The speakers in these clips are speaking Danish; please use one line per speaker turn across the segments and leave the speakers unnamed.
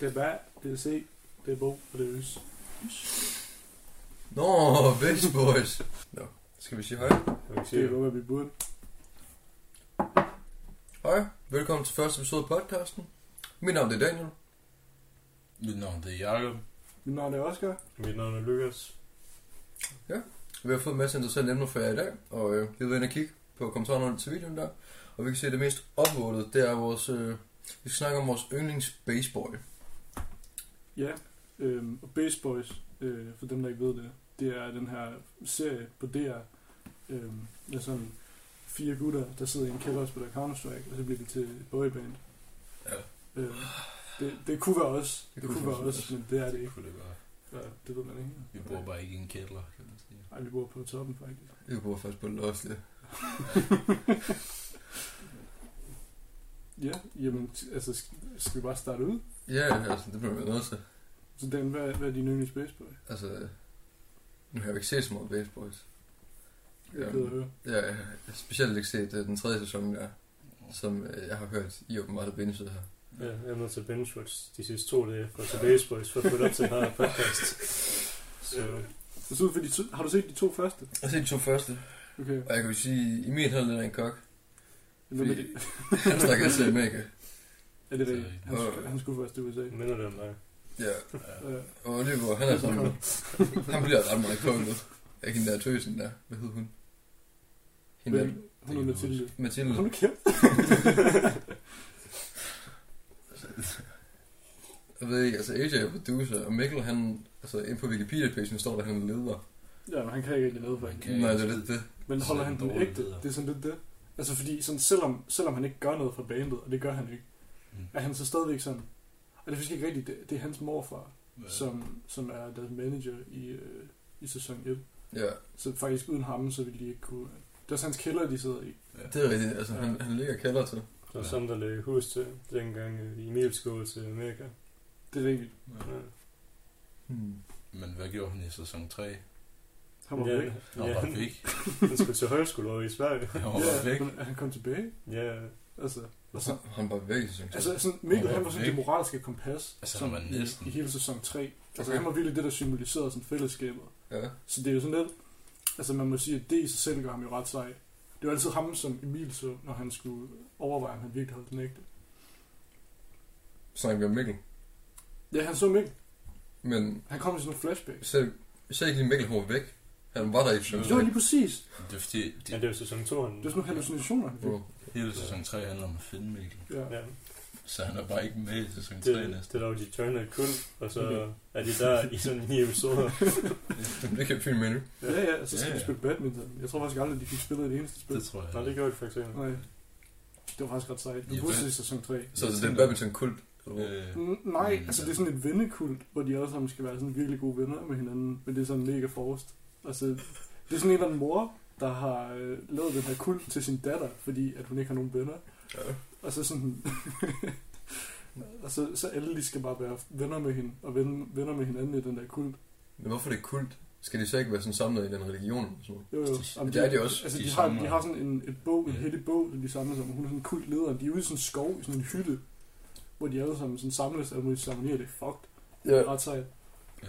Det er Bert, det er C, det er Bo, og det er Øs.
Nå, Bitch Boys. Nå, skal vi sige hej?
Det kan godt være, vi burde.
Hej, velkommen til første episode af podcasten. Mit navn det er Daniel.
Mit navn det er Jacob.
Mit navn er Oscar.
Mit navn er Lukas.
Vi har fået en masse interessante emner for jer i dag, og øh, vi vil ind og kigge på kommentarerne under til videoen der. Og vi kan se, at det mest upvotede, det er vores... Øh, vi skal snakke om vores yndlings baseball.
Ja, øhm, og Base Boys, øh, for dem der ikke ved det, det er den her serie på DR, øhm, med sådan fire gutter, der sidder i en kælder og spiller Counter-Strike, og så bliver de til et boyband.
Ja.
Øhm, det, det kunne være os,
Det
det,
kunne
kunne være
faktisk
os, men det er det
Det
ikke.
kunne det være.
Ja, det ved man ikke.
Vi bor bare ikke i en kælder, kan man sige.
Ej, vi bor på toppen faktisk.
Jeg bor faktisk på Lofte.
Ja, jamen, t- altså, sk- skal vi bare starte ud?
Ja, altså, det bliver vi nødt til.
Så Dan, hvad, hvad er din yndlings baseball?
Altså, øh, nu har jeg jo ikke set så meget Bitch Boys.
Jeg
Øhm,
gider at høre.
Ja, jeg har specielt ikke set øh, den tredje sæson der, som øh, jeg har hørt, I åbenbart har binget her.
Ja, jeg er nødt til at binge watch de sidste to dage fra Today's Boys for at få det op til den her podcast. Øh, Så
Det ser ud for de to, har du set de to første?
Jeg har set de to første,
Okay.
og jeg kan jo sige, Emil han er lidt af en kok.
Hvem er det?
Han snakker altid Amerika.
Er det rigtigt? Han,
Øh.
skulle- han skulle først til USA.
minder det om dig.
Ja,
Ja.
Øh,
og Oliver, han er sådan nu. Han bliver ret meget kok nu. Ikke den der tøsen der. Hvad hed hun? Hende der,
men hun er Mathilde.
Mathilde.
Hun er kæft.
Jeg ved ikke, altså AJ er producer, og Mikkel han, altså inde på Wikipedia-pagen står der, han er leder.
Ja, men han kan ikke rigtig noget for
Han
hende.
kan.
Nej, det er lidt det.
Men
Så
holder
er
han
han
den
dårlig
ægte?
leder.
Det er sådan lidt det. Altså fordi, sådan, selvom, selvom han ikke gør noget for bandet, og det gør han ikke,
Mm.
er han så stadigvæk sådan... Og det er faktisk ikke rigtigt, det, det er hans morfar,
Ja.
som, som er deres manager i, øh, i sæson 1.
Ja,
Så faktisk uden ham, så ville de ikke kunne... Det er også hans kælder, de sidder i.
Ja.
det er rigtigt. Altså han, han ligger kælder til.
Det var sådan, der lagde hus til, dengang øh, Emil skulle til Amerika.
Det er rigtigt.
Ja.
Hmm.
Men hvad gjorde han i sæson 3?
Han var
ja,
væk.
Han
Ja,
var
han,
bare væk.
han skulle til højskole over i Sverige.
Han var bare væk.
men han kom tilbage.
Ja,
Altså,
Altså, han var væk, synes jeg.
Altså sådan, Mikkel, han var sådan det
Ikke?
moralske kompas
Altså,
sådan
han var næsten.
i, i hele sæson 3. Altså
Okay.
han var virkelig det, der symboliserede sådan fællesskabet.
Ja.
Så det er jo sådan lidt, altså man må sige, at det i sig selv gør ham jo ret sej. Det var altid ham, som Emil så, når han skulle overveje, om han virkelig holdt den ægte.
Snakker vi om Mikkel.
Ja, han så Mikkel.
Men
Han kom i sådan nogle flashbacks.
selv, selv ikke lige Mikkel, han var væk. Han var der i
Det var lige præcis.
Det er fordi,
men
de,
det var sæson 2,
Det
han...
var sådan nogle hallucinationer, han fik.
Wow.
hele sæson 3 handler om at finde Mikkel.
Ja.
Ja,
Så han er bare ikke med i sæson 3
det,
næste.
det lavede de Turner kun, og så
Okay.
er de der i sådan ni episoder.
Jamen, det kan jeg fint mene.
Ja, ja, så skal
Ja,
de
ja.
spille badminton. Jeg tror faktisk aldrig, de fik spillet et eneste spil.
Det tror jeg.
Nå, det gjorde de faktisk ikke.
Nej. Det var faktisk ret sejt.
Ja,
Men pludselig
hvad-
i sæson 3.
Så altså, det er en badminton-kult.
Øh,
Mm, Nej,
Mm,
altså
ja.
det er sådan et vennekult, hvor de alle sammen skal være sådan virkelig gode venner med hinanden, men det er sådan mega forrest. Altså, det er sådan en eller anden mor, der har øh, lavet den her kult til sin datter, fordi at hun ikke har nogen venner.
Ja.
Og så sådan... og så, så alle de skal bare være venner med hende, og venner, venner med hinanden i den der kult.
Men hvorfor er det kult? Skal de så ikke være sådan samlet i den religion? eller Sådan noget?
Jo, jo.
Det-
Jamen,
det er de også,
Altså,
de
de, har,
samler.
de har sådan en, et bog, en
Ja.
heldig bog, som de samler sig om. Hun er sådan en kult leder. De er ude i sådan en skov, i sådan en hytte, hvor de alle sammen sådan samles, og alle mulige ceremonier. Det er fucked. Det er
Ja.
ret sejt.
Ja.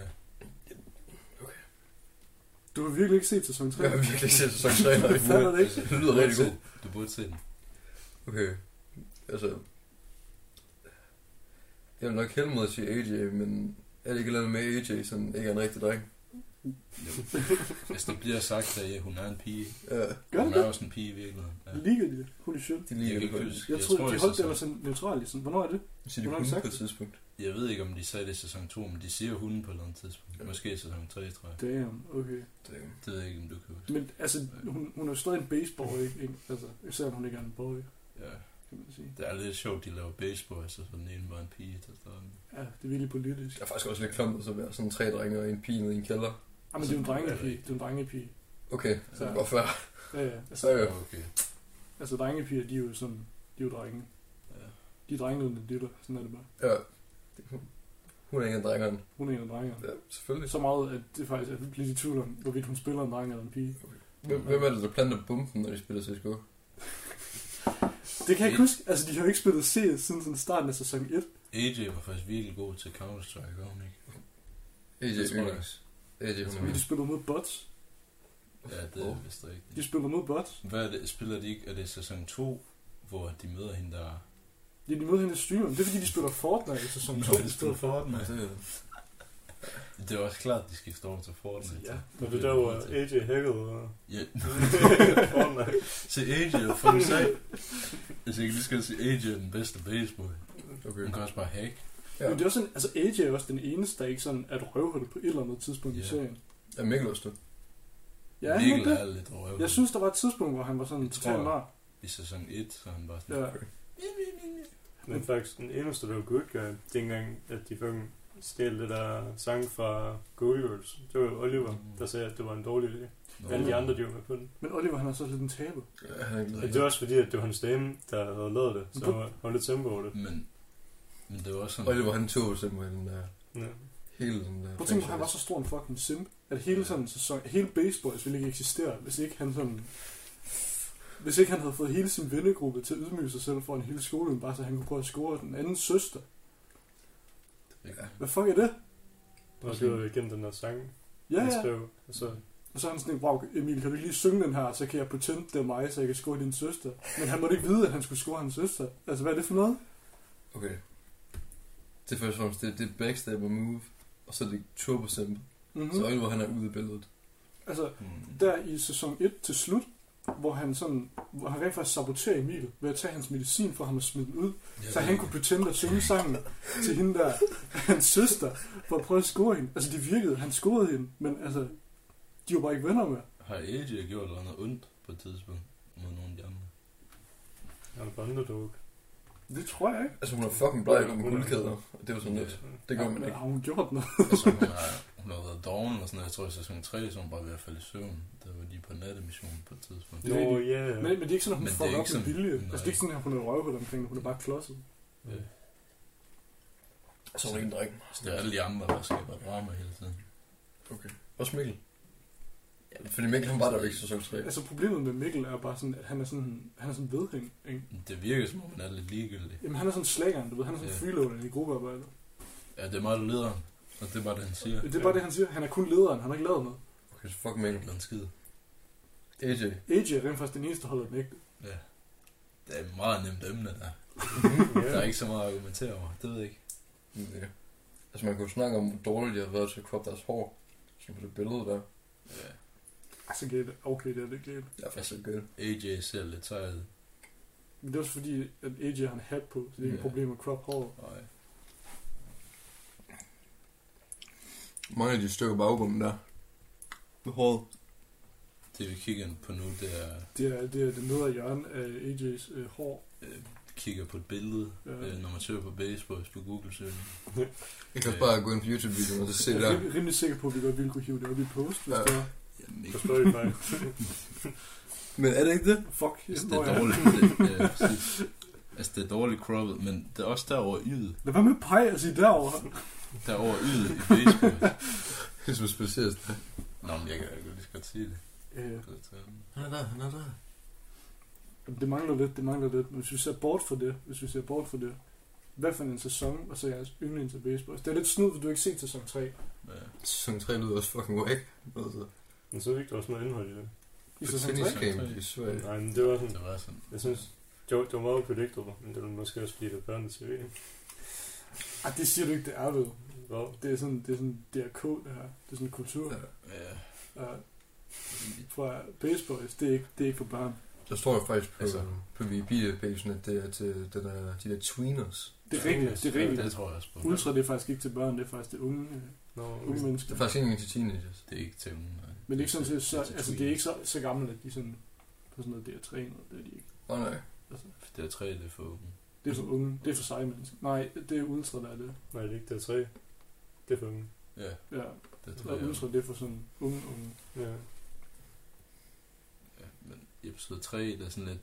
Okay.
Du har virkelig ikke set sæson 3?
Jeg har virkelig ikke set sæson 3. nej.
Jeg fatter det ikke.
Det lyder rigtig godt.
Du burde se den.
Okay. Altså... Jeg vil nok hellere mod at sige AJ, men er det ikke et eller andet med AJ, sådan ikke er en rigtig dreng?
Jo. Hvis der bliver sagt, at ja, hun er en pige.
Ja,
Gør
hun
det
er
det?
også en pige i virkeligheden. Ja.
Ligger de det? Holy shit.
de
Jeg
ligger
kan
det på.
ikke huske.
Jeg,
Jeg
troede,
tror,
de
i
holdt det
sæson-
var sådan neutralt. i Sådan. Hvornår er det?
Så de
Hvornår har
kunne
de sagt
på et
det?
tidspunkt.
Jeg ved ikke, om de sagde det i sæson 2, men de siger hunden på et eller andet tidspunkt. Måske i sæson 3, tror jeg.
Damn, okay.
Damn.
Det ved jeg ikke, om du kan huske.
Men altså, hun, hun er jo stadig en baseball, ikke? ikke? Altså, selvom hun ikke er en boy,
Ja.
kan man sige.
Det er lidt sjovt, de laver baseball, så den ene var en pige til at starte med.
Ja, det er virkelig politisk.
Det er faktisk også lidt klamt altså, at så være sådan tre drenge og en pige nede i en kælder.
Ah, men det er jo en drengepige. Det er jo en drengepige.
Okay,
Så,
hvorfor?
ja, ja.
Så
Altså,
jo.
Okay.
altså drengepiger, de er jo sådan, de er jo drenge.
Ja.
De er drengene, uden de dytter. Sådan er det bare.
Ja. Det- Hun er ikke en drengeren.
Hun er en af drengerne.
Ja, selvfølgelig.
Så meget, at det faktisk er lidt i tvivl om, hvorvidt hun spiller en dreng eller en pige.
Hvem, hvem er det, der planter bomben, når de spiller CSGO?
Det kan jeg ikke huske. Altså, de har jo ikke spillet CS siden sådan starten af sæson 1.
AJ var faktisk virkelig god til Counter-Strike, var hun ikke?
AJ
Det tror jeg.
Yndlings. AJ hun er
Men
min.
de spiller mod bots.
Ja, det er vist rigtigt.
De spiller mod bots.
Hvad er det, spiller de ikke? Er det sæson 2, hvor de møder hende, der...
Ja, de møder hende i streameren. Det er fordi, de spiller Fortnite i sæson 2.
Nå, de spiller Fortnite.
Det er-
Det er også klart, at de skifter over til Fortnite.
Ja.
Var det der, hvor AJ hackede?
Ja,
Fortnite.
se AJ og fucking sag. Altså, jeg kan lige skal sige, AJ er den bedste baseball.
Okay.
Hun kan også bare hack.
Ja.
Ja.
Men det er også en, altså AJ er også den eneste, der ikke sådan er et røvhul på et eller andet tidspunkt yeah.
Ja.
i serien.
Er Mikkel også det?
Ja, han
Mikkel
er det.
er lidt røv.
Jeg synes, der var et tidspunkt, hvor han var sådan
Det tror
totalt
jeg.
nar.
I sæson 1, så er han bare sådan...
Ja.
Men faktisk, den eneste, der var good guy, dengang, at de fucking stjal det der sang fra Go Girls, det var Oliver, der sagde, at det var en dårlig idé.
Mm. Nå.
Alle de andre, de var med på den.
Men Oliver, han er så lidt en taber.
Ja, han er ikke
Men
med.
det var også fordi, at det var hans dame, der havde lavet det, så
Du-
han var- var lidt tempo over det.
Men, men det var også sådan...
Og det var han tog simpelthen den der...
Ja.
Hele den øh, der...
Prøv at tænke, på, han var så stor en fucking simp, at hele sådan en sæson, hele Baseboys ville ikke eksistere, hvis ikke han sådan... Hvis ikke han havde fået hele sin vennegruppe til at ydmyge sig selv for en hel skole, bare så han kunne prøve at score den anden søster.
Ja.
Hvad fuck er det?
Og det var igen den der sang,
Ja,
han
ja.
skrev. Og så,
Og så er han sådan, wow, Emil, kan du ikke lige synge den her, så kan jeg potente det er mig, så jeg kan score din søster. Men han måtte ikke vide, at han skulle score hans søster. Altså, hvad er det for noget?
Okay. Det er først og fremmest, det, det er backstabber move, og så er det turbo simp.
Mm-hmm.
Så Oliver, han er ude i billedet.
Altså,
Hmm.
der i sæson 1 til slut, hvor han sådan, hvor han rent faktisk saboterer Emil ved at tage hans medicin fra ham og smide den ud, så han kunne betænde at synge sangen til hende der, hans søster, for at prøve at score hende. Altså, det virkede, han scorede hende, men altså, de var bare ikke venner med.
Har AJ gjort noget ondt på et tidspunkt mod nogle af de andre?
han var underdog.
Det tror jeg ikke.
Altså, hun er fucking bleg om guldkæder, og det var sådan lidt. Det gør man
Men
ikke.
har hun gjort noget?
Altså, hun har, hun har været doven og sådan noget. Jeg tror, i sæson 3, så hun bare ved at falde i søvn. Der var de på nattemission på et tidspunkt.
Jo.
Nå, ja.
Men, men det er ikke sådan, at hun
Men det er
får op
ikke
med
sådan-
vilje.
nej.
Altså, det er ikke sådan, at hun er røvhul omkring det. Hun er bare klodset.
Ja.
Og så er hun ikke en dreng.
Så det er alle de andre, der skaber drama hele tiden.
Også Mikkel. Fordi Mikkel, han var der jo ikke i sæson 3.
Altså, problemet med Mikkel er bare sådan, at han er sådan, han er sådan vedhæng, ikke?
Det virker som om, han er lidt ligegyldig.
Jamen, han er sådan slægeren, du ved. Han er sådan
Ja.
freeloaderen i gruppearbejdet.
Ja, det er meget lederen. Og det er bare det, han siger.
Det er bare det, han siger. Han er kun lederen. Han har ikke lavet noget.
Okay, så fuck Mikkel.
Eller en skid.
AJ.
AJ er rent faktisk den eneste, der holder den ægte.
Ja. Det er et meget nemt emne, der. Der er
ja.
ikke så meget at argumentere over. Det ved jeg ikke.
Ja. Altså, man kunne snakke om, hvor dårligt de har været til at kroppe deres hår. Som på det billede der.
Ja.
Altså, det er det- okay, det er det glæde.
Jeg er faktisk ikke gødt.
AJ ser lidt sej ud.
Men det er også fordi, at AJ har en hat på, så det er ikke et
Ja.
problem at crop hår.
Nej.
Mange af de stykker bagbommen der. Med håret.
Det vi kigger på nu, det er...
Det er det, er det nedre hjørne af AJ's øh, hår.
Øh, kigger på et billede,
Ja.
øh, når man søger på Baseboys på Google-søgning.
Jeg kan også bare gå ind på YouTube-videoen og så se
jeg
der.
er rimelig, rimelig sikker på, at vi godt ville kunne hive det op i post, hvis
Ja.
det var.
Jamen,
På
ikke
Spotify.
Men er det ikke det?
Fuck, jeg
Altså, det
når
er
jeg.
dårligt. Det, ja, præcis. altså, det er dårligt cropped, men det er også derover ydet.
Lad være med at pege og sige derovre.
Derover ydet i Facebook.
Det er som specielt.
Nå, men jeg kan jeg kan lige så godt sige det.
Øh,
Han er der, han er der.
det mangler lidt, det mangler lidt. Men hvis vi ser bort fra det, hvis vi ser bort fra det, hvad for en sæson, og så jeres yndling til baseball. Det er lidt snyd, for du har ikke set sæson 3.
Ja.
Sæson 3 lyder også fucking whack. Altså,
Men så fik der også noget indhold i det.
I
på
sæson 3?
tenniscamp
Sæson tre.
i Sverige.
Nej, men det var sådan,
Det var sådan.
jeg synes, det var, det var meget predictable, men det var måske også fordi, det var børnene til VM.
Ej, det siger du ikke, det er ved.
Wow.
Det er sådan, det er sådan DRK, det her. Det er sådan en kultur.
Ja.
Ja.
Ja. Fra Baseboys, det er ikke, det er ikke for børn.
Der står jo faktisk på,
Altså.
altså. på VB-basen, at det er til den der, de der tweeners.
Det er rigtigt, det er
Ja,
rigtigt.
det tror jeg også på.
Ultra, det er faktisk ikke til børn, det er faktisk til unge, øh,
Nå,
unge
okay.
Det
mennesker.
er faktisk ikke engang til teenagers.
Det er ikke til nogen. nej.
Men det er ikke sådan, set så,
til
altså, det er ikke så, så gammelt, at de sådan, på sådan noget DR3, noget, det er de ikke.
Åh oh, nej.
Altså,
tweens. Det er tre, det er for åben.
det er for unge, det er for seje mennesker. Nej, det er Ultra, der er det.
Nej, det er ikke, det er tre. Det er for unge.
Ja,
Ja,
det tror
og
jeg.
Ultra, det er for sådan unge, unge.
Ja.
Ja, men i episode 3, der er sådan lidt...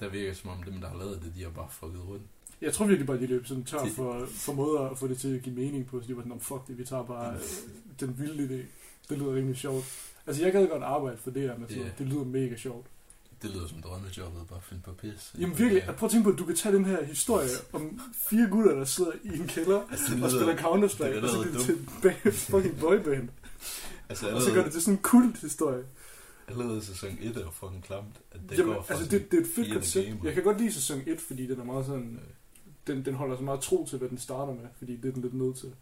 Der virker som om dem, der har lavet det, de har bare fucket rundt.
Jeg tror virkelig bare, de løb sådan tør
Det-
for, for måder at få det til at give mening på, så de var sådan, "Nå, fuck det, vi tager bare øh, den vilde idé. Det lyder rimelig sjovt. Altså, jeg gad godt arbejde for det her, men sådan,
Ja.
noget. det lyder mega sjovt.
Det lyder som drømmejobbet, bare finde på pis.
Jamen virkelig, Altså, prøv at tænke på, at du kan tage den her historie om fire gutter, der sidder i en kælder
Altså,
og spiller
det
Counter-Strike,
er
og så
allerede
bliver det til en ba- fucking boyband.
Altså,
Og så gør det
allerede,
til sådan en kult historie.
allerede sæson 1 er jo fucking klamt, at det
Jamen,
går fra
altså
sådan-
det, det er et fedt
fire
koncept.
gamer.
Jeg kan godt lide sæson 1, fordi den er meget sådan...
Øh,
Den, den holder så meget tro til, hvad den starter med, fordi det er den lidt nødt til.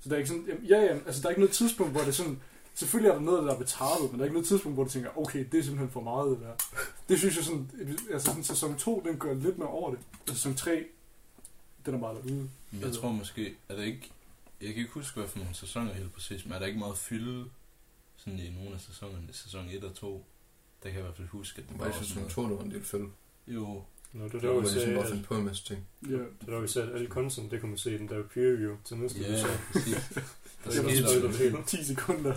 Så der er ikke sådan... Jamen, ja, ja, altså der er ikke noget tidspunkt, hvor det er sådan... Selvfølgelig er der noget, der er betarvet, men der er ikke noget tidspunkt, hvor du tænker, okay, det er simpelthen for meget, det der. Det synes jeg sådan... Altså sådan sæson 2, den gør lidt mere over det. Og sæson 3, den er bare derude.
Men jeg tror måske, er det ikke... Jeg kan ikke huske, hvad for nogle sæsoner helt præcis, men er der ikke meget fylde sådan i nogle af sæsonerne, sæson 1 og 2? Der kan jeg i hvert fald huske, at
Det
det
var
var
ikke
også
sådan,
sådan
jeg tror, det var en del fælde.
Jo,
Nå, det er
Det var
dog, vi
ligesom
sagde,
bare
at,
fandt på en masse ting.
Ja.
det er dog, vi sagde, at alle content, det kan man se i den der peer review til næste
Ja,
sæson.
præcis. Der
Det var
skete
sådan
jo
noget, der
noget.
10 sekunder.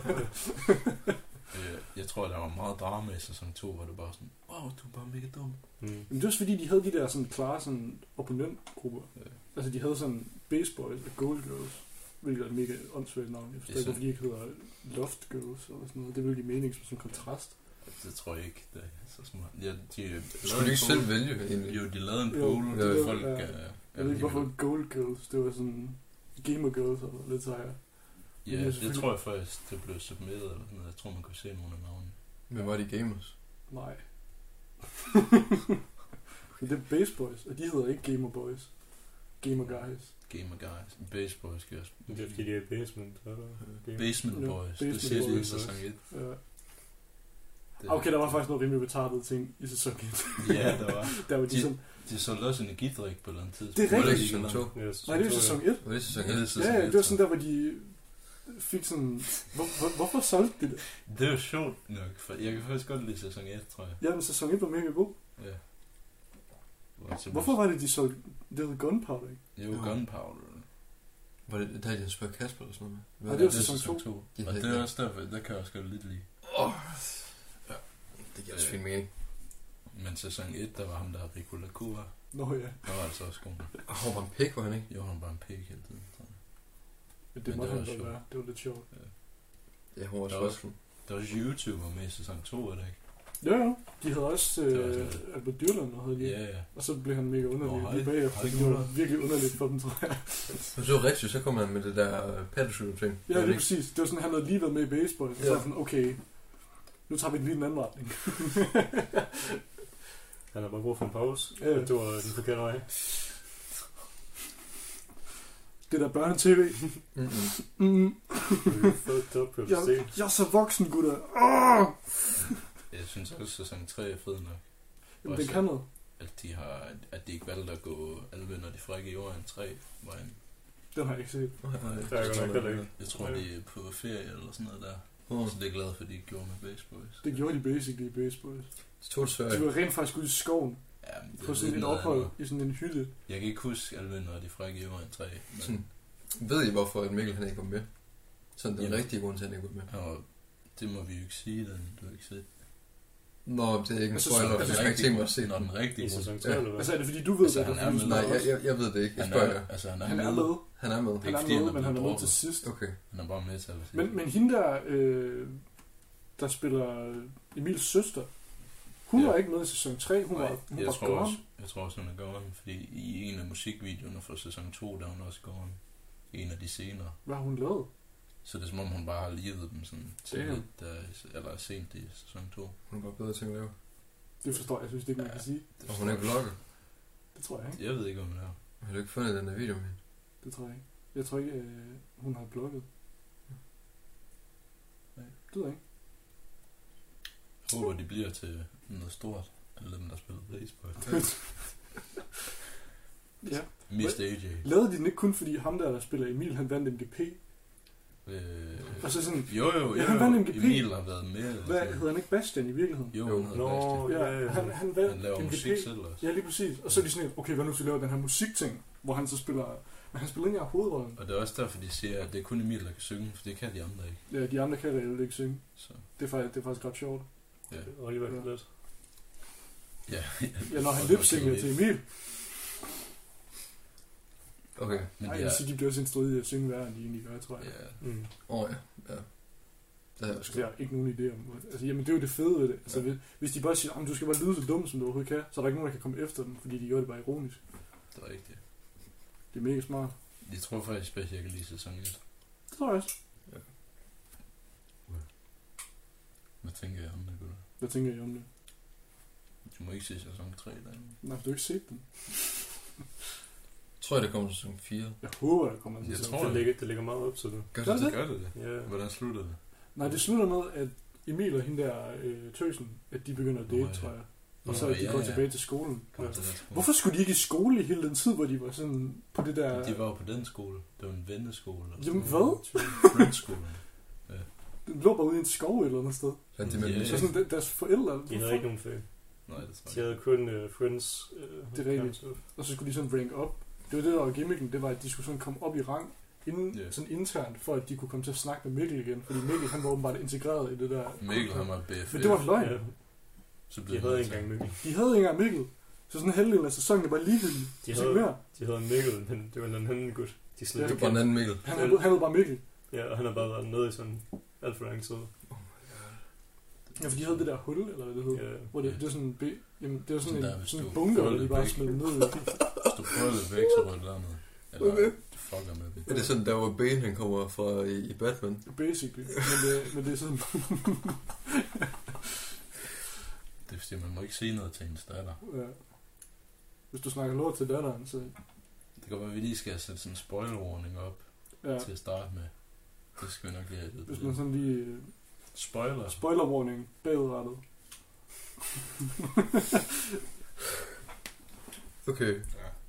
Øh, jeg tror, der var meget drama i sæson 2, hvor det bare sådan, wow, du er bare mega dum.
Mm.
Men det er også fordi, de havde de der sådan klare sådan opponentgrupper.
Ja.
Altså, de havde sådan Base Boys og Gold Girls, hvilket er et mega åndssvagt navn. Jeg forstår
Det er
ikke, hvorfor de ikke hedder Loft Girls eller sådan noget. Det ville give mening som sådan en kontrast.
Det tror jeg ikke, det er så smart. Ja, de
Skulle de ikke selv vælge egentlig?
Jo, de lavede en
Jo,
poll,
det
der
var-
folk...
ja.
øh,
Jeg ved ikke,
alligevel-
hvorfor Gold Girls, det var sådan Gamer Girls eller lidt sejere.
Ja,
Ja,
det
selvfølgelig.
tror jeg faktisk, det blev submitteret eller sådan noget. Jeg tror, man kunne se nogle af navnene.
Hvem var de gamers?
Nej. Men det er Base Boys, og de hedder ikke Gamer Boys. Gamer Guys.
Gamer Guys, Base Boys skal jeg også.
Det er fordi, det er basement, så er der...
Basement
Ja,
Boys, det
Basement
siger de i
Boys.
sæson 1.
Ja. Okay, der var faktisk noget rimelig betartet ting i sæson 1.
Ja, der var.
Der var de,
De-
sådan...
De solgte også energidrik på et eller andet tidspunkt.
Det er
Var det
rigtigt.
ikke sæson 2?
Ja,
Nej, det er jo sæson 1.
Var det sæson
Ja, det er
1?
sæson
Ja, ja,
et,
det var sådan
så.
der, hvor de fik sådan... Hvor, hvor, hvorfor solgte de det?
Det er jo sjovt nok, for jeg kan faktisk godt lide sæson 1, tror jeg.
Ja, men sæson 1 var mega god.
Ja. Hvor til-
Hvorfor var det, de solgte... Det hed Gunpowder, ikke?
Det er jo
Nå.
Gunpowder. eller?
Var det der, de havde spørget Kasper eller sådan noget? Hvad
Nej,
er
det var sæson
er
to.
to.
De
Og
havde-
det er også derfor, der kan jeg også godt lidt lide.
Åh. Ja, det giver også fin mening.
Men sæson 1, der var ham, der Rico Lacura.
Nå ja.
Der var altså også god.
Åh, oh, var en pik, var han ikke?
Jo, han var en pik hele tiden. tror jeg.
Men det
Men
måtte han
det var
godt
sjovt.
være. Det var lidt sjovt.
Ja, hun var også
Der var-
voksen.
Der var også YouTuber med i sæson 2, er det ikke?
Jo, jo. De havde også
Det var
øh,
sådan-
Albert Dyrland, og havde de.
Ja, ja.
Og så blev han mega underlig
Nå,
lige
hej.
bagefter.
Hej,
Det var
gutter.
virkelig underligt for dem, tror jeg.
Men så rigtig, så kom han med det der øh, paddleshooter-ting.
Ja, det er præcis. Det var sådan, han havde lige været med i baseball. Og så
Ja.
var sådan, okay, nu tager vi den lige den anden retning.
Han har bare brug for en pause.
Ja.
Ja. Det var den forkerte vej.
Det der børne-tv.
Mm-mm.
Mm,
Vi fucked up, jeg
jeg,
vil se.
jeg er så voksen, gutter. Åh!
Jeg synes også, sæson 3 er fed nok.
Jamen, det kan noget.
At de, har, at de ikke valgte at gå alven og de frække jorden 3 vejen.
Den har jeg ikke set.
Der er godt nok heller ikke.
Jeg tror, de er på ferie eller sådan noget der.
Mm.
Så det er glad for, at de ikke gjorde med Base Boys.
Det gjorde de basically i baseball.
Det tog det øh, svært.
De var rent faktisk ude i skoven
Ja, men det
på
er
sådan
lidt
et
noget
ophold
andet.
i sådan en hylde.
Jeg kan ikke huske alven og de frække jorden 3. Men
Sådan. Ved I, hvorfor at Mikkel han ikke var med? Sådan den
Jamen.
rigtige grund til, at han ikke var med.
han var, det må vi jo ikke sige, den du har ikke set.
Nå, det er ikke en
Altså,
spoiler,
så-
for
altså,
jeg har ikke tænkt mig at se
Når
den.
den rigtige
I
grund.
sæson 3,
Ja.
eller hvad?
Altså er det fordi du ved
Altså,
det?
han
eller
er
fordi du
med.
Nej,
snakker
jeg,
også?
jeg, jeg ved det ikke. Jeg
Han
spørger jer.
er, altså, han er,
Han er
med.
med.
Han er med.
Det er
Han
ikke,
er
fordi han
med,
er
men han er
blevet
med til
droppet.
sidst.
Okay.
Han er bare med til at se.
Men, men hende der, øh, der spiller øh, Emils søster, hun
Ja.
var ikke med i sæson 3, hun var,
Nej,
hun
jeg,
var
tror
gone.
også, jeg tror også, hun er gone, fordi i en af musikvideoerne fra sæson 2, der er hun også gone. I en af de senere.
Hvad har hun lavet?
Så det er som om, hun bare har levet dem sådan
Damn.
tidligt, der, eller sent i sæson 2.
Hun var bedre ting at lave.
Det forstår jeg, jeg synes det ikke, man
Ja.
kan sige.
Og hun er ikke vlogger.
Det tror jeg ikke.
Jeg ved ikke, om hun er.
Har du ikke fundet den der video med hende?
Det tror jeg ikke. Jeg tror ikke, øh, hun har blogget. Nej, det ved jeg ikke.
Jeg håber, de bliver til noget stort. Alle dem, der spiller baseball.
Ja.
Mest AJ.
Lavede de den ikke kun fordi ham der, der spiller Emil, han vandt MGP?
Øh,
Og så sådan,
jo, jo,
Ja,
jo,
han vandt
jo.
MGP.
Emil har været med. eller
hvad
sådan.
hedder han ikke Bastian i virkeligheden?
Jo,
Jo.
han hedder
Nå,
Bastian.
ja, ja, ja.
han, han vandt
Han laver
MGP.
musik selv også.
Ja, lige præcis. Og så er de sådan, lidt, okay, hvad nu hvis vi laver den her musikting, hvor han så spiller... Men han spiller ikke engang hovedrollen.
Og det er også derfor, de siger, at det er kun Emil, der kan synge, for det kan de andre ikke.
Ja, de andre kan reelt ikke synge.
Så,
Det er faktisk, det er faktisk ret sjovt.
ja.
Oliver
Ja.
kan lidt.
ja.
Ja, når han
Og
lipsynger
det-
til Emil,
Okay.
Men
nej,
det
jeg vil
er,
sige, de bliver også instrueret i at synge værre, end de egentlig gør, tror jeg.
ja,
Mm.
Åh oh, ja. ja. Det havde jeg
Altså,
sgu.
jeg har ikke nogen idé om hvor- Altså, jamen, det er jo det fede ved det. Altså,
Ja.
hvis, hvis de bare siger, "Jamen, du skal bare lyde så dum, som du overhovedet kan, så er der ikke nogen, der kan komme efter dem, fordi de gjorde det bare ironisk.
Det er rigtigt.
Det er mega smart.
Jeg tror faktisk bedst, jeg kan lide sæson 1.
Det tror jeg også.
Hvad tænker jeg om det, gutter?
Hvad tænker I om det?
Du må ikke se sæson 3 derinde.
Nej, for du har ikke set den.
Tror jeg, der kommer sæson 4.
Jeg håber, der kommer en
Jeg
sæson.
tror
det,
det.
ligger, det ligger meget op til det.
Gør
Gør
det
det?
det?
Gør det det?
Ja.
Hvordan slutter det?
Nej, det slutter med, at Emil og hende der øh, tøsen, at de begynder at date,
Nå, ja.
tror jeg.
Nå,
Og så at de
ja,
går
ja.
tilbage til skolen.
Kom,
Ja.
det der
Hvorfor skulle de ikke i skole i hele den tid, hvor de var sådan på det der...
De var jo på den skole. Det var en venneskole. eller
Jamen,
sådan
hvad?
noget. Friendskole.
Den lå bare ude i en skov et eller andet sted.
Ja, det er med
Ja.
Så
yeah.
sådan de- deres forældre...
De
hvorfor-
havde ikke nogen fag.
Nej, det tror
De
jeg
havde kun øh, Friends. øh,
Det er rigtigt.
Friends.
Og så skulle de sådan rank op. Det var det, der var gimmicken. Det var, at de skulle sådan komme op i rang inden,
Ja.
yeah. sådan internt, for at de kunne komme til at snakke med Mikkel igen. Fordi Mikkel, han var åbenbart integreret i det der...
ikke. Mikkel, han var BFF.
Men det var løgn.
Ja,
Så blev
de havde ikke engang Mikkel.
De havde ikke engang Mikkel. Så sådan halvdelen af sæsonen er bare ligegyldig.
De
Så
havde-
mere.
De havde Mikkel, men det var en anden gut. De slet
Ja.
Det
ikke
er bare en
kendte.
anden Mikkel.
Han, han, han hed bare Mikkel.
Ja, og han har bare været nede i sådan alt for lang tid.
Ja, for de havde det der hul, eller hvad det hed.
Ja,
Hvor det, det er sådan, be, jamen, det er sådan, sådan
Sådan der,
en,
hvis
sådan en
du
bunker,
får
hvor de
lidt
bare
væk.
smed ned i.
Hvis du prøver det væk, så rører det dernede. Eller,
Okay.
det fucker med det.
Er det sådan, der hvor Bane han kommer fra i, i Batman?
Basically. Men det, men det er sådan,
Det er fordi, man må ikke sige noget til hendes datter.
ja. Hvis du snakker lort til datteren, så...
Det kan godt være, at vi lige skal sætte sådan en spoiler warning op
Ja,
ja. til at starte med. Det skal vi nok lige have lidt.
hvis man sådan lige... øh,
Spoiler.
Spoiler warning, bagudrettet.
Okay.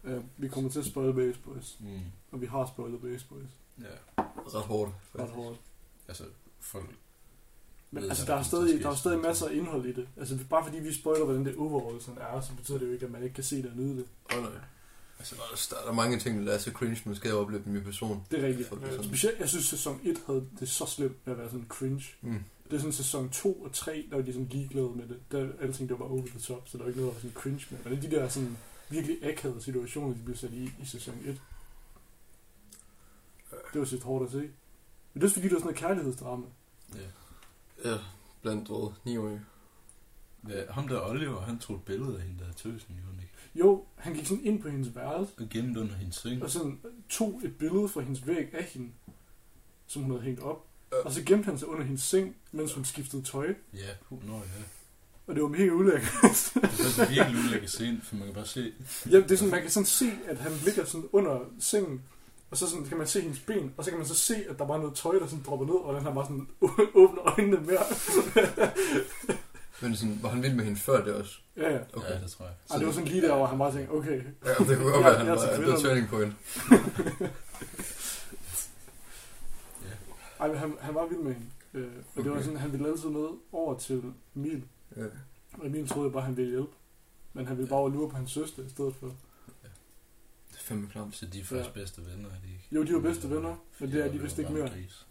Ja.
Ja, vi kommer til at spoil Base Boys,
Mm.
og vi har spoilet Base Boys.
ja.
Ret hårdt.
Ret
faktisk.
hårdt.
Altså, folk...
Men
ved,
altså,
at
der er,
kommer til at
stadig,
ske
der er
sådan
stadig
noget.
masser af indhold i det. Altså, bare fordi vi spoiler, hvordan det overall sådan er, så betyder det jo ikke, at man ikke kan se det og nyde det.
Åh nej. Altså, der er- der er mange ting, der er så cringe, man skal opleve dem i person.
Det er rigtigt.
For det er sådan-
Specielt, jeg synes, sæson 1 havde det så slemt med at være sådan cringe.
Mm.
Det er sådan sæson 2 og 3, der var de sådan ligeglade med det. Der alting, der var over the top, så der var ikke noget, der var sådan cringe med. Men det er de der sådan virkelig akavede situationer, de blev sat i i sæson 1. Det var sit hårdt at se. Men det er også fordi, det var sådan noget kærlighedsdrama.
Ja.
Ja, blandt råd. 9 år.
ja. Ham der Oliver, han tog et billede af hende der tøsen, gjorde han ikke?
Jo, han gik sådan ind på hendes værelse,
Og gemt under hendes seng.
og sådan tog et billede fra hendes væg af hende, som hun havde hængt op.
Øh.
Og så gemte han sig under hendes seng, mens hun skiftede tøj.
Ja, puh, nå ja.
Og det var mega ulækkert.
Det er faktisk virkelig ulækkert scene, for man kan bare se...
Ja, det er sådan, man kan sådan se, at han ligger sådan under sengen, og så sådan, kan man se hendes ben, og så kan man så se, at der var noget tøj, der sådan dropper ned, og den har bare sådan åbner øjnene mere.
Men sådan, var han vild med hende før det også?
ja, ja.
Okay.
Okay. Ja, det tror jeg.
Ej, det var sådan lige der, hvor han bare tænkte, okay.
Ja, det kunne godt
Jeg-
være, at han
jeg er
var
til
at det var
kvinderne.
turning point.
Ej, men han, han var vild med hende. Øh, og okay. det var
Okay.
sådan, han ville altid noget over til Emil.
Ja.
Og Emil troede jo bare, han ville hjælpe. Men han ville
Ja.
bare lure på hans søster i stedet for.
Det er fandme klamt.
Så de er faktisk ja. bedste venner, er de ikke?
Jo, de var bedste venner, men det er de
Oliver
vist ikke
var en
mere.
gris.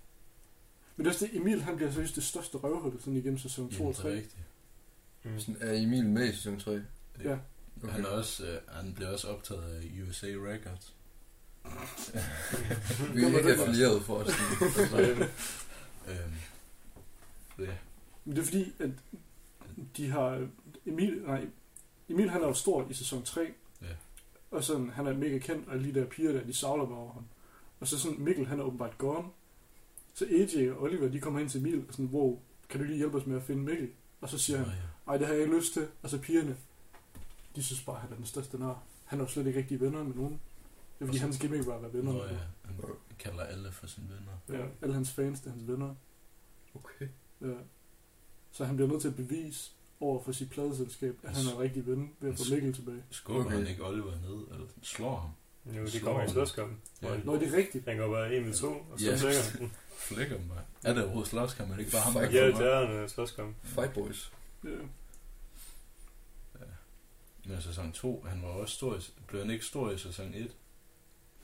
Men det er også det, Emil han bliver seriøst det største røvhul sådan igennem sæson 2
Jamen,
og
det er
3.
rigtigt.
Mm.
Sådan, er Emil med i sæson 3?
Ja.
Okay.
Han, er også, øh, han blev også optaget af USA Records.
Vi er ikke affilieret for os.
Øhm, ja,
Men det er fordi, at de har... Emil, nej, Emil han er jo stor i sæson 3.
Ja.
Og sådan, han er mega kendt, og lige der piger der, de savler bare over ham. Og så sådan, Mikkel han er åbenbart gone. Så AJ og Oliver, de kommer hen til Emil og sådan, wow, kan du lige hjælpe os med at finde Mikkel? Og så siger han,
Nå ja.
nej, det har jeg ikke lyst til. Og så pigerne, de synes bare, han er den største nar. Han er jo slet ikke rigtig venner med nogen. Det er fordi, hans gimmick var at være venner
Nå
med
ja,
nogen.
han kalder alle for sine venner.
Ja, alle hans fans, det er hans venner.
Okay.
Ja. Øh, Så han bliver nødt til at bevise over for sit pladeselskab, at han er en rigtig ven ved at få Mikkel tilbage.
Skubber
Okay.
okay. han ikke Oliver ned, eller slår ham,
Jo, de kommer i slåskamp.
Ja.
Ja.
Nå, det er rigtigt.
Han går bare 1 med 2, og så
Ja.
trækker han den.
flækker ham bare. Er der overhovedet slåskamp, er det ikke bare ham,
Fuck.
Ja,
der kommer
det
op?
er en øh, slåskamp.
Fight boys.
Ja.
Men sæson 2, han var også stor, i- blev han ikke stor i sæson 1?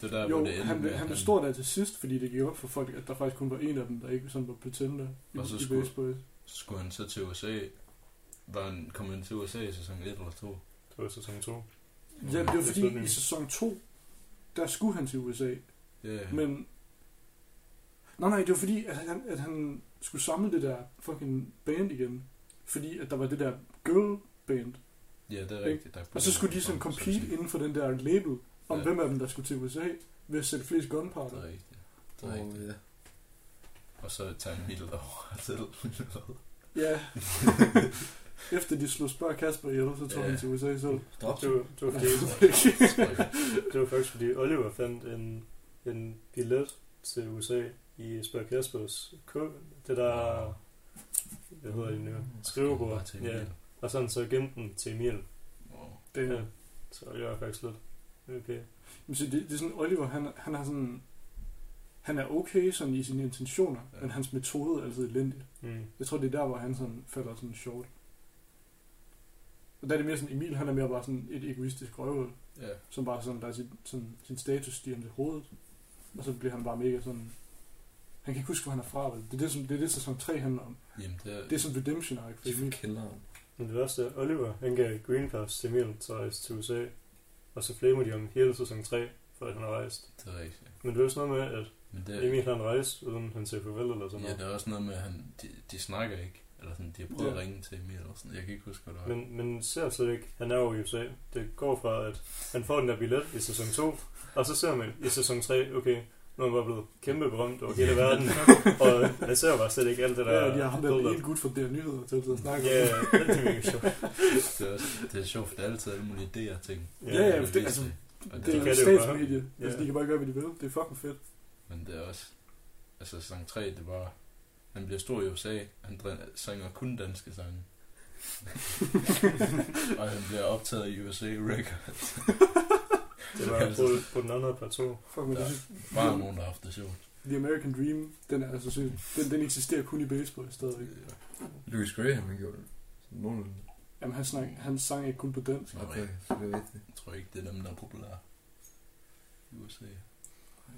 Det er der,
Jo,
hvor det endte
han,
med,
blev-
at
han blev stor der til sidst, fordi det gik op for folk, at der faktisk kun var en af dem, der ikke sådan var på Tinder i,
Og så
i
skulle-
Base Boys.
Så skulle han så til USA. Var han, kom han til USA i sæson 1 eller 2?
Det var sæson 2.
Ja, det var
Det er
fordi
slutningen.
i sæson 2, der skulle han til USA,
Ja,
men... Nå nej, det var fordi, at han, at han skulle samle det der fucking band igen, fordi at der var det der girl band,
Ja, det er
Ikke?
rigtigt. Der er
og så skulle de sådan compete inden for den der label, om
Ja.
ja. hvem af dem, der skulle til USA, ved at sætte flest
Det er
gunpowder.
rigtigt. Det er
Og,
rigtigt.
ja.
Og så tager en bil over til.
Ja. Efter de slog spørg Kasper ihjel, så tog
Ja.
han til USA selv.
Dræbte
Det var, det var, fordi, det var faktisk fordi Oliver fandt en, en billet til USA i Spørg Kaspers kø- det der, hvad hedder det nu, skrivebord. Ja, og sådan så gemte den til Emil.
Det,
Ja. Så Oliver var faktisk lidt, okay.
Men så det, det er sådan, Oliver, han, han har sådan... Han er okay sådan i sine intentioner,
Ja.
ja. men hans metode er altid elendig.
Mm.
Jeg tror, det er der, hvor han sådan falder sådan short. Og der er det mere sådan, Emil, han er mere bare sådan et egoistisk røvhul,
Ja.
som bare sådan, der er sit, sådan, sin status stiger ham til hovedet. Og så bliver han bare mega sådan... Han kan ikke huske, hvor han er fra, vel? Det er det, som, det, er det sæson 3 handler om.
Jamen, det er...
Det er sådan redemption arc for Emil.
Kælderen.
Men det værste er, at Oliver han gav Green Pass til Emil til at rejse til USA, og så flamer de om hele sæson 3, for at han har rejst.
Det er rigtigt.
Men det var sådan noget med, at
Men det er...
Emil han rejste, uden han sagde farvel eller
Ja,
sådan noget.
der er også noget med, at han, de, de snakker ikke. Eller sådan, de har prøvet ja.
Ja.
at ringe til Emil eller sådan. Jeg kan ikke huske, hvad det var.
Men, men ser slet ikke, han er jo i USA. Det går fra, at han får den der billet i sæson 2, og så ser man i sæson 3, okay, nu er han bare blevet kæmpe berømt over hele verden, og jeg ser bare slet ikke alt det der...
Ja, de har ham der
build-up.
helt godt for der nyheder til at snakke
Ja,
om.
ja, det er mega sjovt.
det, er også, det er sjovt, for der er altid alle mulige idéer og ting.
Ja, ja,
Det
for det-
viste
altså,
det. Og
Det,
det-
det er
kan
jo
det jo bare.
statsmedie.
Ja.
Altså, de kan bare gøre, hvad de vil. Det er fucking fedt.
Men det er også... Altså, sang 3, det var... Han bliver stor i USA. Han dre- synger kun danske sange. og han bliver optaget i USA Records.
Det var på, på den anden plateau.
Fuck, men
Ja.
ja. det,
Bare nogen, der har haft det sjovt.
The American Dream, den er altså syg. Den, den eksisterer kun i baseball stadigvæk.
Louis Graham, han gjorde det. Sådan Nogenlunde.
Jamen, han, snak, han sang ikke kun på dansk.
Nå,
Okay, så det er rigtigt.
Jeg tror ikke, det er dem, der er populære i USA. Ja.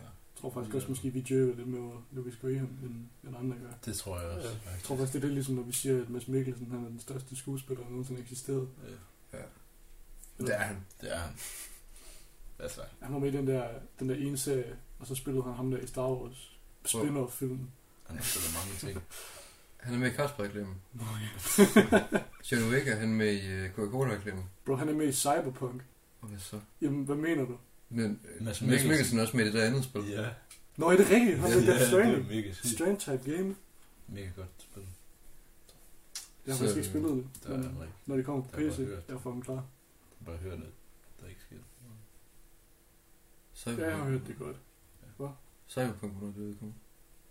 Jeg tror faktisk også, måske vi jøger lidt med Louis Graham, end, end andre gør.
Det tror jeg også.
Ja.
faktisk.
Jeg tror faktisk, det er det ligesom, når vi siger, at Mads Mikkelsen han er den største skuespiller, der nogensinde eksisterede.
Ja,
Det er han.
det er han. Altså,
Han var med i den der, den der ene serie, og så spillede han ham der i Star Wars spin-off-filmen.
han har spillet mange ting.
Han er med i Kasper-reklamen.
Nå, ja.
John Wick er han med i øh, Coca-Cola-reklamen.
Bro, han er med i Cyberpunk.
Og hvad så?
Jamen, hvad mener du?
Men øh,
Mads
Mads
Mikkelsen.
Mikkelsen er også med i det der andet spil.
Ja,
Nå, er det rigtigt? Han er
det
yeah, Death
er
Stranding.
mega sygt.
Strand-type game.
Mega godt spil.
Jeg har
Så,
faktisk ikke spillet det,
Der
men
er han rigtig.
når det kommer på
Der er
PC,
godt hørt.
jeg får dem klar.
Bare hør det. Der er ikke sket.
Cyberpunk.
Ja, jeg har hørt det er godt.
Cyberpunk, hvornår det udkommer.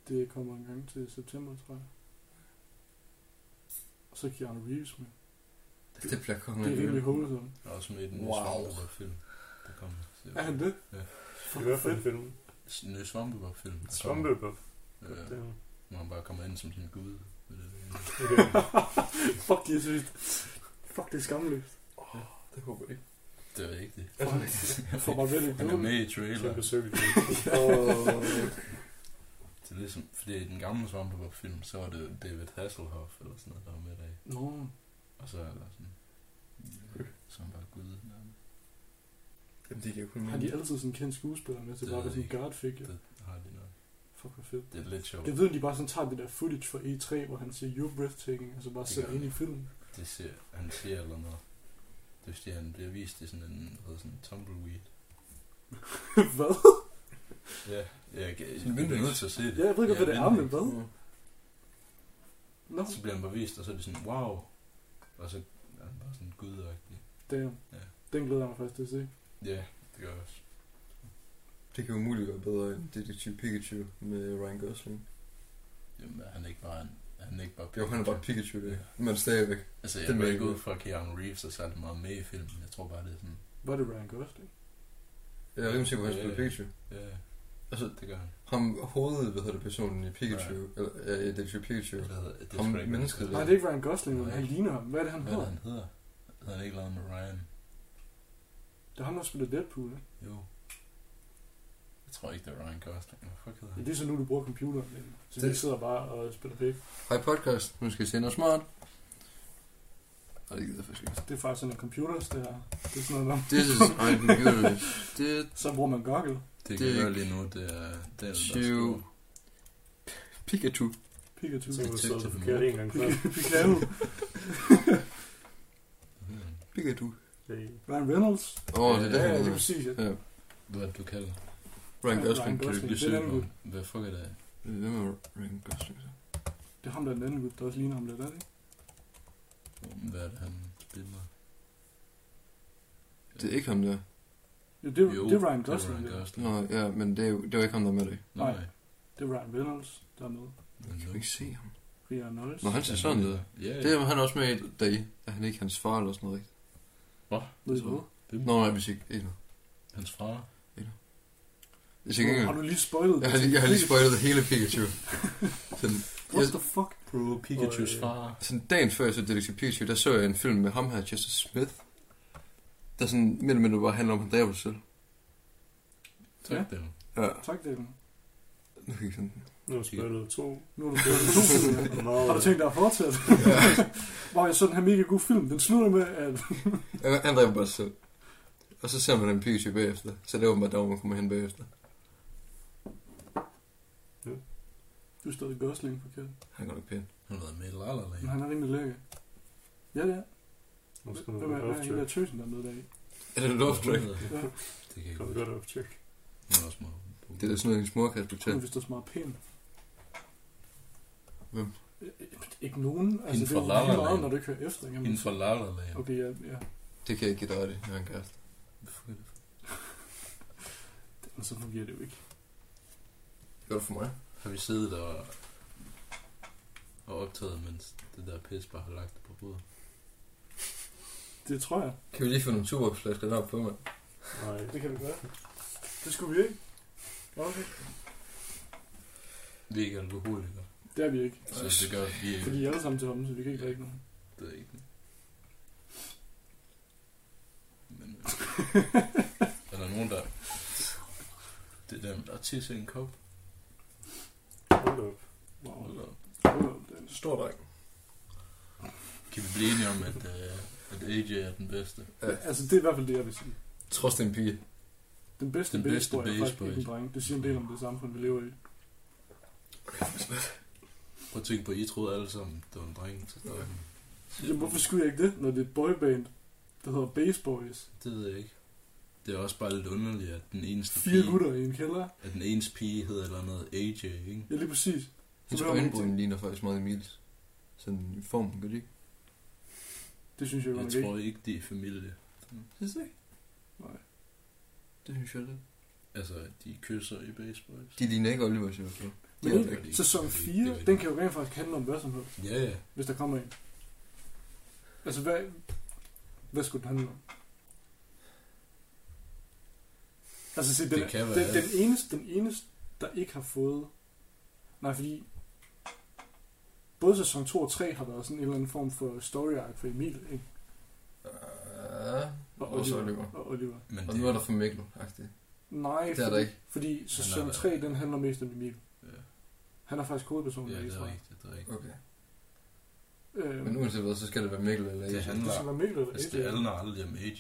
Det kommer en gang til september, tror jeg. Og så Keanu Reeves med.
Altså, Det bliver kongen.
Det er rimelig wholesome.
Jeg er også med i den nye
Wow.
Svampebob-film. Der kommer.
Er han det?
Det var i hvert fald en film.
Den nye Svampebob-film. der kommer.
Svampebop.
Ja, hvor han bare kommer ind som sådan en gud. Ved det, ved det.
Fuck, det er sygt. Fuck, det er skamløst.
Det håber jeg ikke.
Det er ikke det.
Jeg får bare vel ikke
Han er med i
Kæmpe
trailer.
cykel.
Det er ligesom, fordi i den gamle Svampebob-film, så var det jo David Hasselhoff eller sådan noget, der var med der.
Nå,
Og så er der sådan... Så er han bare gud. nærmest.
Jamen, det giver kun
har de altid sådan en kendt skuespiller med til
Det
bare at
ved
være sådan en
jeg
guard figure?
Det har de nok.
Fuck, hvor fedt.
Det er lidt sjovt.
Jeg ved, at de bare sådan tager det der footage fra E3, hvor han siger, you're breathtaking, og så bare
Det
sætter
gør
ind i filmen.
Det ser, han ser eller noget. Det er fordi, han bliver vist i sådan en, hvad hedder sådan en tumbleweed.
hvad?
Ja, jeg, jeg,
Sådan en
jeg bliver
Windex.
nødt til at se det.
Ja, jeg ved ikke, hvad det er, men
Windex.
hvad?
Mm.
Nå,
Så bliver han bare vist, og så er det sådan, wow. Og så er han bare sådan gudagtig.
damn.
Ja.
Den glæder jeg mig faktisk til at se.
Ja, det gør jeg også.
Det kan umuligt være bedre end Detective Pikachu med Ryan Gosling.
Jamen, er han ikke bare en, er han ikke bare...
Jo, han er bare Pikachu, det er. Men stadigvæk.
Altså, jeg
Den
går
vil
ikke
jeg
ud fra at Keanu Reeves og særlig meget med i filmen. Jeg tror bare, det er sådan...
Var det Ryan Gosling?
Jeg er rimelig sikker på, at
Ja,
han spiller
ja.
Pikachu.
Ja,
Altså,
det gør han.
ham hovedet, hvad hedder det, personen i Pikachu,
Ja.
eller ja, i Detective Pikachu.
Hvad hedder det?
Ham
tror jeg ikke,
mennesket
han
der.
Nej,
hedder.
det er ikke Ryan Gosling, men
Nej.
han ligner ham. Hvad er det, han
Hvad er det,
hedder?
han hedder? Hedder han ikke lavet med Ryan?
Det er ham, der spiller Deadpool, ikke?
Jo. Jeg tror ikke, det er Ryan Gosling. Hvad fuck
Ja,
hedder han?
det er så nu, du bruger computeren. men- Så
Det-
det... vi sidder bare og spiller pik.
Hej podcast, nu skal I se noget smart. Og det gider jeg faktisk ikke.
Det er faktisk sådan en computer, det her. Det er sådan noget, der...
This is my computer. Det
Så bruger man Google.
Det
Det, det
er
gør
ikke-
lige nu, det er den, der
Syv.
skriver.
Pikachu.
Pikachu.
Så kunne du
Detective
stået forkert en gang før.
Pikachu.
Pikachu.
Det-
Ryan Reynolds.
Åh, oh, det er
Ja,
det,
ja,
han
det er
hedder.
præcis. Ja.
Ja.
Hvad du kalder det?
Ryan
Ja,
Gosling.
Ryan
Kan du
Gosling,
ikke blive
det er
søgt
den
på?
gode.
Hvad fuck er det?
Det er det med Ryan Gosling. så.
Det er ham, der er den anden gut, der også ligner ham lidt, er det ikke?
Hvad er det, han spiller?
Det er ikke ham der.
Jo, det, er- det er Ryan Gosling.
Det er Ryan
ja.
Gosling.
Nå, ja, men det, er jo, det var ikke ham, der er med det.
Nej.
Nej. Det er Ryan Reynolds, der er med.
Jeg kan jo ikke se ham.
Ria Knowles.
Nå, han ser sådan ud.
Ja, ja.
Det er han er også med i deri. Er han ikke hans far eller sådan noget, rigtigt?
Ved I
så-
hvad?
Hvem?
Nå, nej, hvis ikke. Ikke noget.
Hans far.
Hvis ikke engang.
Har du lige spoilet
Jeg har lige, jeg har lige spoilet hele Pikachu. Sådan,
What the fuck?
Bro, Pikachu's
Og, øh,
far.
sådan dagen før jeg så Detective Pikachu, der så jeg en film med ham her, Chester Smith. Der sådan midt og mindre bare handler om, at han dræber sig selv.
Tak dem.
Ja,
Tak, Daniel.
nu kan jeg ikke sådan.
Nu har jeg spillet to.
Nu er du blevet to film.
Det er meget-
Har du tænkt dig at fortsætte? Hvor jeg så den her mega god film. Den slutter med, at...
Han- Han dræber bare sig selv. Og så ser man en Pikachu bagefter. Så det er åbenbart der, hvor man kommer hen bagefter.
Du er stadig Gosling forkert.
Han går nok pænt.
Han har været med i La La
Men
Land.
han er rimelig lækker. Ja, ja.
Nu skal
Hvem
man
er,
være
hvad er
off
hende der
track.
tøsen, der er med deri?
Er det Love Track?
Ja.
Det kan jeg
Kom
ikke.
godt off track.
Han er også meget.
Det er da sådan noget, hendes mor kan respektere.
Hun er vist også meget pæn.
Hvem?
Øh, Ikke nogen. Altså,
Hende
det
fra
er jo
La La
lige meget,
Land.
når du ikke hører efter. Jamen,
Inden for La La Land.
Okay, ja, ja.
Det kan jeg ikke give dig ret i, jeg har en kæreste.
Hvad fuck er det for-
Men så fungerer det jo ikke.
Det gør det for mig.
Har vi siddet og, og optaget, mens det der pis bare har lagt det på bordet?
Det tror jeg.
Kan vi lige få nogle superopflasker der på, mand?
Nej.
Det kan vi gøre. Det skulle vi ikke. Okay.
Vi er ikke alkoholikere,
Det er vi ikke.
så det gør vi ikke.
Fordi I er alle sammen til ham, så vi kan ikke drikke nogen.
Det er ikke. Men, er der nogen, der... Det der, der tisser i en kop.
Hold da op.
Wow.
Hold da op.
Hold op, Dan.
Stor dreng.
Kan vi blive enige om, at, øh, at AJ er den bedste?
Ja.
Altså, det er i hvert fald det, jeg vil sige.
Trods den pige.
Den bedste,
Den
den
bedste
bedste er faktisk
baseboy.
ikke en dreng. Det siger en del om det samfund, vi lever i.
Prøv at tænke på, I troede alle sammen, det var en dreng. til starten.
Jamen, hvorfor skulle jeg ikke det, når det er et boyband, der hedder Base Boys?
Det ved jeg ikke. Det er også bare lidt underligt, at den eneste
Fire
pige,
gutter i en kælder.
at den eneste pige hedder et eller andet AJ, ikke?
Ja, lige præcis.
Hendes
behøver man ikke-
øjenbryn ligner faktisk meget Emils. Sådan i formen, gør de ikke?
Det synes jeg jo
Jeg
nok ikke.
tror ikke, de er familie.
Synes du ikke?
Nej.
Det synes jeg lidt.
Altså, de kysser i Baseboys.
De ligner ikke Olivers i hvert fald.
Men
Det er
ikke-
rigtigt.
sæson
Det er
4,
rigtigt.
den kan jo rent faktisk handle om hvad som helst,
Ja, ja.
hvis der kommer en. Altså, hvad, hvad skulle den handle om? Altså, se, den,
Det kan
den,
være
den,
alt.
eneste, den eneste, der ikke har fået... Nej, fordi... Både sæson 2 og 3 har været sådan en eller anden form for story arc for Emil, ikke?
Ja.
Og
Også Oliver.
Og Oliver.
Men
Ah. Og
det-
nu er der for Mikkel, agtigt.
Nej,
Det er der
fordi,
ikke.
fordi sæson
er-
3, den handler mest om Emil.
Ja.
Han er faktisk hovedpersonen
Ja,
i
det er
historien.
rigtigt, det er rigtigt.
Okay.
Øhm,
Men uanset hvad, så skal det være Mikkel eller
Det
Asia.
handler-
det skal være Mikkel eller
Altså,
AJ.
det handler aldrig om AJ,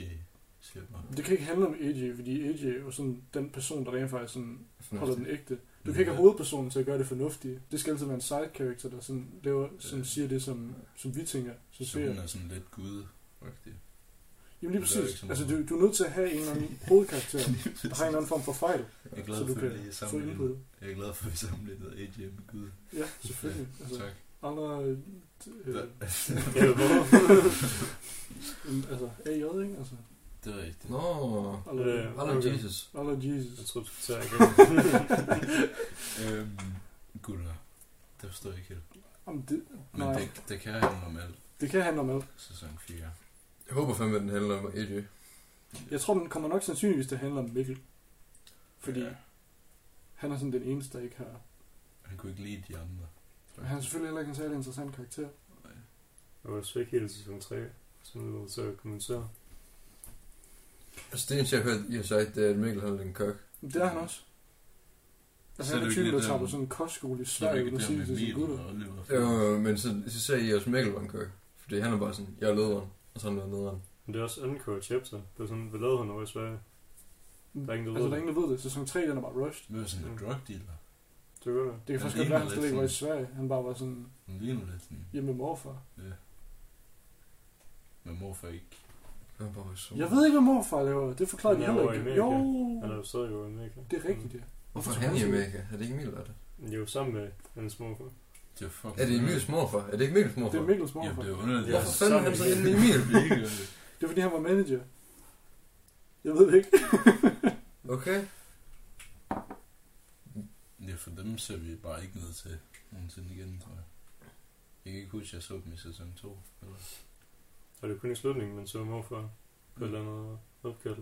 siger jeg bare.
Det kan ikke handle om AJ, fordi AJ er jo sådan den person, der rent faktisk sådan holder den ægte. Du kan
Ja.
ikke have hovedpersonen til at gøre det fornuftige. Det skal altid være en side character, der sådan laver, som
Øh.
siger det, som, som vi tænker, som
Så hun
ser.
er sådan lidt gud rigtig.
Jamen lige
hun gør ikke
præcis.
så
Altså,
meget.
du, du er nødt til at have en eller anden hovedkarakter, der har en eller anden form for fejl,
Jeg er glad
så du
for, at vi
kan få
sammenlignede.
input.
Jeg er glad for, at vi sammenlignede AJ med gud.
Ja, selvfølgelig. Altså,
Tak.
andre... Øh, øh,
Ja, hvorfor?
altså, AJ, ikke? Altså,
Det er rigtigt.
Nå,
alle,
Øh.
Hallo
Okay.
Jesus.
alle
Jeg
Altså.
Jesus.
tror, du skal tage igen.
Øhm, gutter. Det forstår jeg ikke helt.
Jamen, det,
Men
nej,
det, det kan handle om alt.
det kan handle om alt.
Sæson 4.
Jeg håber fandme, at den handler om AJ.
Jeg tror, den kommer nok sandsynligvis til at handle om Mikkel. Fordi
Ja.
ja. han er sådan den eneste, der ikke har...
Han kunne ikke lide de andre.
Men han er selvfølgelig heller ikke en særlig interessant karakter.
Nej.
Jeg var svæk hele sæson 3, så nu er jeg til at kommentere.
Altså det eneste, jeg har hørt, I har sagt, det er, at Mikkel han er en kok.
Men det er han også. Altså,
Så
han er
er det jo
typen,
ikke
der
det,
tager på
um,
sådan en kostskole i
Så er det
Sverige,
ikke
uden at
der
sige
med
til sine
Emil
gutter.
og Oliver.
Jo, men så, så sagde I også, at Mikkel var en kok. Fordi han er bare sådan, jeg er lederen, og så er han været nederen.
Men det er også anden kort chapter. Det er sådan, hvad lavede han over i Sverige? Der er ingen, der ved
altså, der er
det.
ingen, der ved det. Sæson 3, den er bare rushed.
Det var sådan en drug dealer.
Det gør det.
Det kan
Han
faktisk godt
ligner
være, han
lidt
slet ikke var i
sådan-
Sverige. Han bare var sådan
Men lige nu lidt sådan,
hjemme med morfar.
men morfar ikke.
Han var bare så...
Jeg ved ikke, hvad morfar laver. Det forklarer
Han
de
er
heller
jo i
ikke.
Amerika.
Jo,
Han er jo stadig jo i Amerika.
det er rigtigt, ja.
Hvorfor er
Hvorfor
han i
skulle han
Amerika? Er det ikke Emil, der er det?
Men De er jo sammen med hans morfar.
Det er fucking...
Er det Emils morfar? Er det ikke Emils morfar?
Det er Mikkels
Jamen,
morfar.
det er underligt.
Ja,
Hvorfor fanden er han så
sådan.
inde i Emil?
Virkelig underligt.
Det er fordi, han var manager. Jeg ved det ikke.
Okay.
Ja, for dem ser vi bare ikke ned til nogensinde igen, tror jeg. Jeg kan ikke huske, at jeg så dem i sæson 2. Eller?
Og det er kun i slutningen, man så morfar på et
Mm.
eller andet opkald.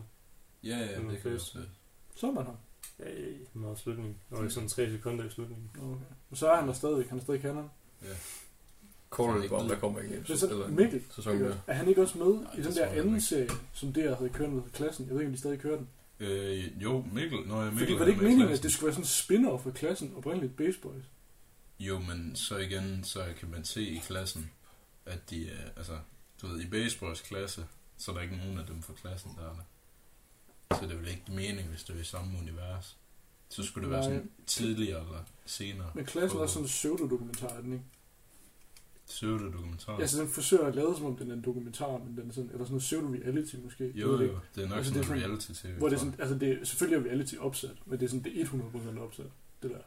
Ja, ja,
Det var
det, kan jeg
fedt.
også være.
Så er man ham.
Ja, meget slutning. Og i sådan tre sekunder i slutningen.
Nå, Okay. Men så er han der stadigvæk. Han er stadig kanon.
Caller det bare, der kommer ikke
Det er så
eller-
Mikkel.
Sæson
ikke
der.
også? Øh, Er han ikke også med
Nej,
i
det
den
tror
der
jeg
anden
ikke.
serie, som der havde kørt med klassen? Jeg ved ikke, om de stadig kører den.
Øh, jo, Mikkel. Nå, ja, Mikkel
Fordi var
er
det ikke
med i
meningen, at
klassen.
det skulle være sådan en spin-off af klassen, oprindeligt Base Boys?
Jo, men så igen, så kan man se i klassen, at de er, altså, du ved, i Baseballs klasse, så er der ikke nogen af dem fra klassen, der er der. Så det er vel ikke mening, hvis det er i samme univers. Så skulle det være
Nej.
sådan tidligere eller senere.
Men klassen er også sådan en pseudodokumentar, er den ikke?
Søvde dokumentar.
Altså, den forsøger at lade som om, den er en dokumentar, men den er sådan, eller sådan en pseudo-reality måske. Jeg ved
jo,
det ikke.
jo, det er nok
Altså,
sådan
det er
noget
sådan-
reality-tv.
Hvor det er
tror jeg.
sådan, altså det er, selvfølgelig er reality opsat, men det er sådan, det er 100% opsat, det der.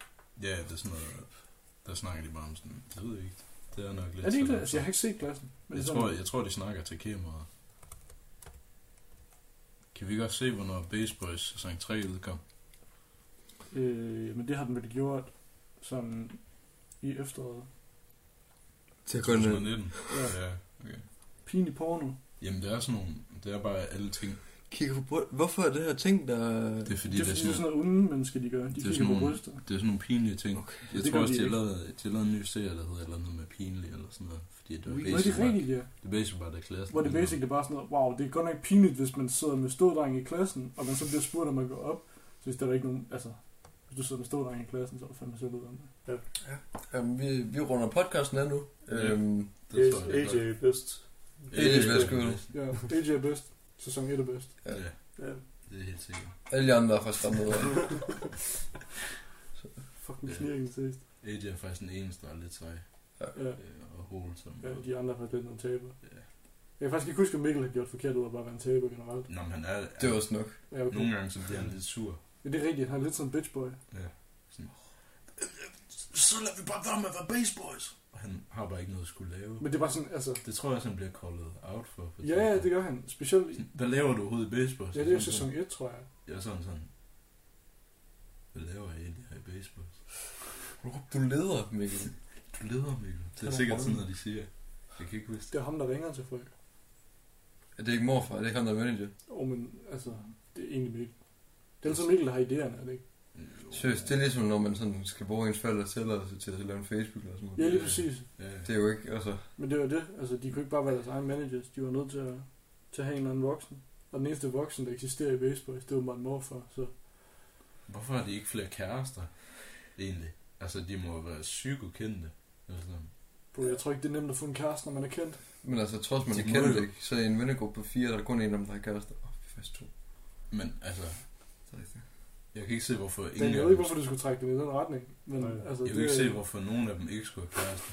Ja, det er sådan noget, der snakker de bare om sådan, det ved jeg ikke. Det er nok lidt
Er det ikke det?
sådan-
Altså, jeg har ikke set klassen. Men
jeg,
sådan,
tror, jeg tror, de snakker til kameraet. Kan vi godt se, hvornår Base Boys sæson 3 udkom?
øh, men det har den vel gjort sådan i efteråret.
Til at gå ind
2019?
Ja.
Ja, okay.
Pinlig porno.
Jamen, det er sådan nogle, det er bare alle ting.
Kigger på bryst. Hvorfor er det her ting, der...
Det er fordi,
Det er fordi, det er sådan
sådan,
noget onde mennesker, de gør. De
Det er
kigger
sådan
på
nogle-
bryster.
det er sådan nogle pinlige ting.
Okay.
Jeg
Det
tror
gør
også,
de
de har
ikke.
lavet, de har lavet en ny serie, der hedder et eller andet med pinlig eller sådan noget. Fordi det var
Ui,
Nå, det
basic,
er rigtigt, ja.
det basic bare, der klasse.
Hvor det basic er bare sådan noget, wow, det er godt nok pinligt, hvis man sidder med stådreng i klassen, og man så bliver spurgt, om man går op. Så hvis der er ikke nogen, altså, hvis du sidder med stådreng i klassen, så er du fandme selv ud om det.
Jamen, vi, vi runder podcasten af nu.
Ja.
Øhm,
Det tror jeg, det er
AJ er bedst.
AJ
godt. Ja,
er skud.
Ja, AJ er bedst. Sæson 1 er bedst.
Ja.
Ja,
Ja.
det er helt sikkert.
alle de andre er faktisk ret nederen.
Fucking
Ja.
snirken til sidst.
AJ er faktisk den eneste, der er lidt sej.
Ja.
øh, og Hole som...
ja, de andre er faktisk lidt nogle taber.
Ja.
Jeg kan faktisk ikke huske, om Mikkel har gjort forkert ud af bare at være en taber generelt.
Nå, men han er...
Det er også nok.
Ja, okay.
Nogle gange, så bliver han lidt sur.
Ja, det er rigtigt, han er lidt sådan en bitch boy.
Ja. Sådan. Så lader vi bare være med at være baseboys. Og han har bare ikke noget at skulle lave.
Men det er bare sådan, altså,
Det tror jeg også, han bliver callet out for. for
ja, ja, det gør han. Specielt i,
Sådan, Hvad laver du overhovedet i baseboys?
ja, det er jo sæson 1, tror jeg.
Ja, sådan sådan. Hvad laver jeg egentlig her i baseboys?
Du leder, Mikkel.
Du leder, Mikkel. Det
Han
er
er
sikkert sådan
rollen.
noget, de siger. Jeg kan ikke huske
Det er ham, der ringer til folk.
Er det ikke morfar? Er det ikke ham, der er manager?
Åh, oh, men altså, det er egentlig Mikkel. Det er altid Mikkel, der har idéerne, er det ikke?
Jo.
Seriøst, det er ligesom, når man sådan skal bruge ens forældres tilladelse til at lave en Facebook eller sådan noget.
Ja, lige præcis.
Ja, ja.
Det er jo ikke, altså...
Men det var det. Altså, de kunne ikke bare være deres egen managers. De var nødt til at, til at have en eller anden voksen. Og den eneste voksen, der eksisterer i Baseboys, det var min morfar. Så
Hvorfor har de ikke flere kærester, egentlig? Altså, de må jo være psykokendte. Eller sådan.
bro, jeg tror ikke, det er nemt at få en kæreste, når man er kendt.
Men altså, trods man
De
ikke
må
kender
jo.
det ikke, så i en vennegruppe på fire, der er der kun en af dem, der har kærester. Åh, oh, vi er faktisk to.
Men altså,
Det er rigtigt.
jeg kan ikke se, hvorfor ingen
Men jeg ved
af
ikke,
dem-
hvorfor du skulle trække den i den retning. Men
Nej.
altså,
Jeg
det
vil ikke
er-
se, hvorfor nogen af dem ikke skulle have kærester.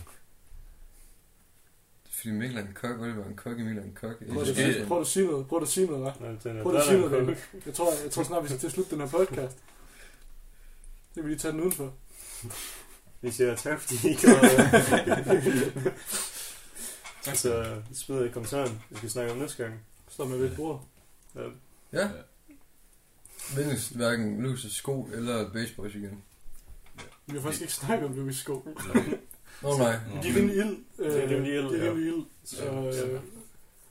Det er fordi Mikkel er en kok, Oliver er en kok, Emil er en kok.
Prøv
Det
at,
er
sige,
det.
prøv at sige noget. Prøv at sige noget, hva'?
Nej, den er,
Prøv lige
der
at sige
er
noget,
der en
Jeg tror, jeg tror snart, vi skal til at slutte den her podcast. Det kan vi lige tage den udenfor.
Vi siger tak, fordi I kom. tak. Så smid i kommentaren, hvis vi snakker om næste gang.
Så med ved bror.
Ja.
Ja. Vindes hverken Lucas sko eller baseballs igen.
Vi har faktisk ikke snakket om Lucas Skov.
Nå oh, nej.
De er rimelig ild. Øh,
Det er rimelig ild,
De er
ja.
rimelig ild. Så
Ja.
øh,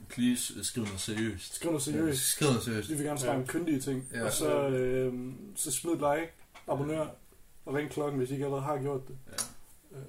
Please øh, skriv noget seriøst.
skriv noget seriøst.
Skrid noget seriøst.
Vi vil gerne snakke om kyndige ting.
Ja.
Ja. Og så, øh, så smid et like, abonner og ring klokken, hvis I ikke allerede har gjort det.
Ja.
Øh,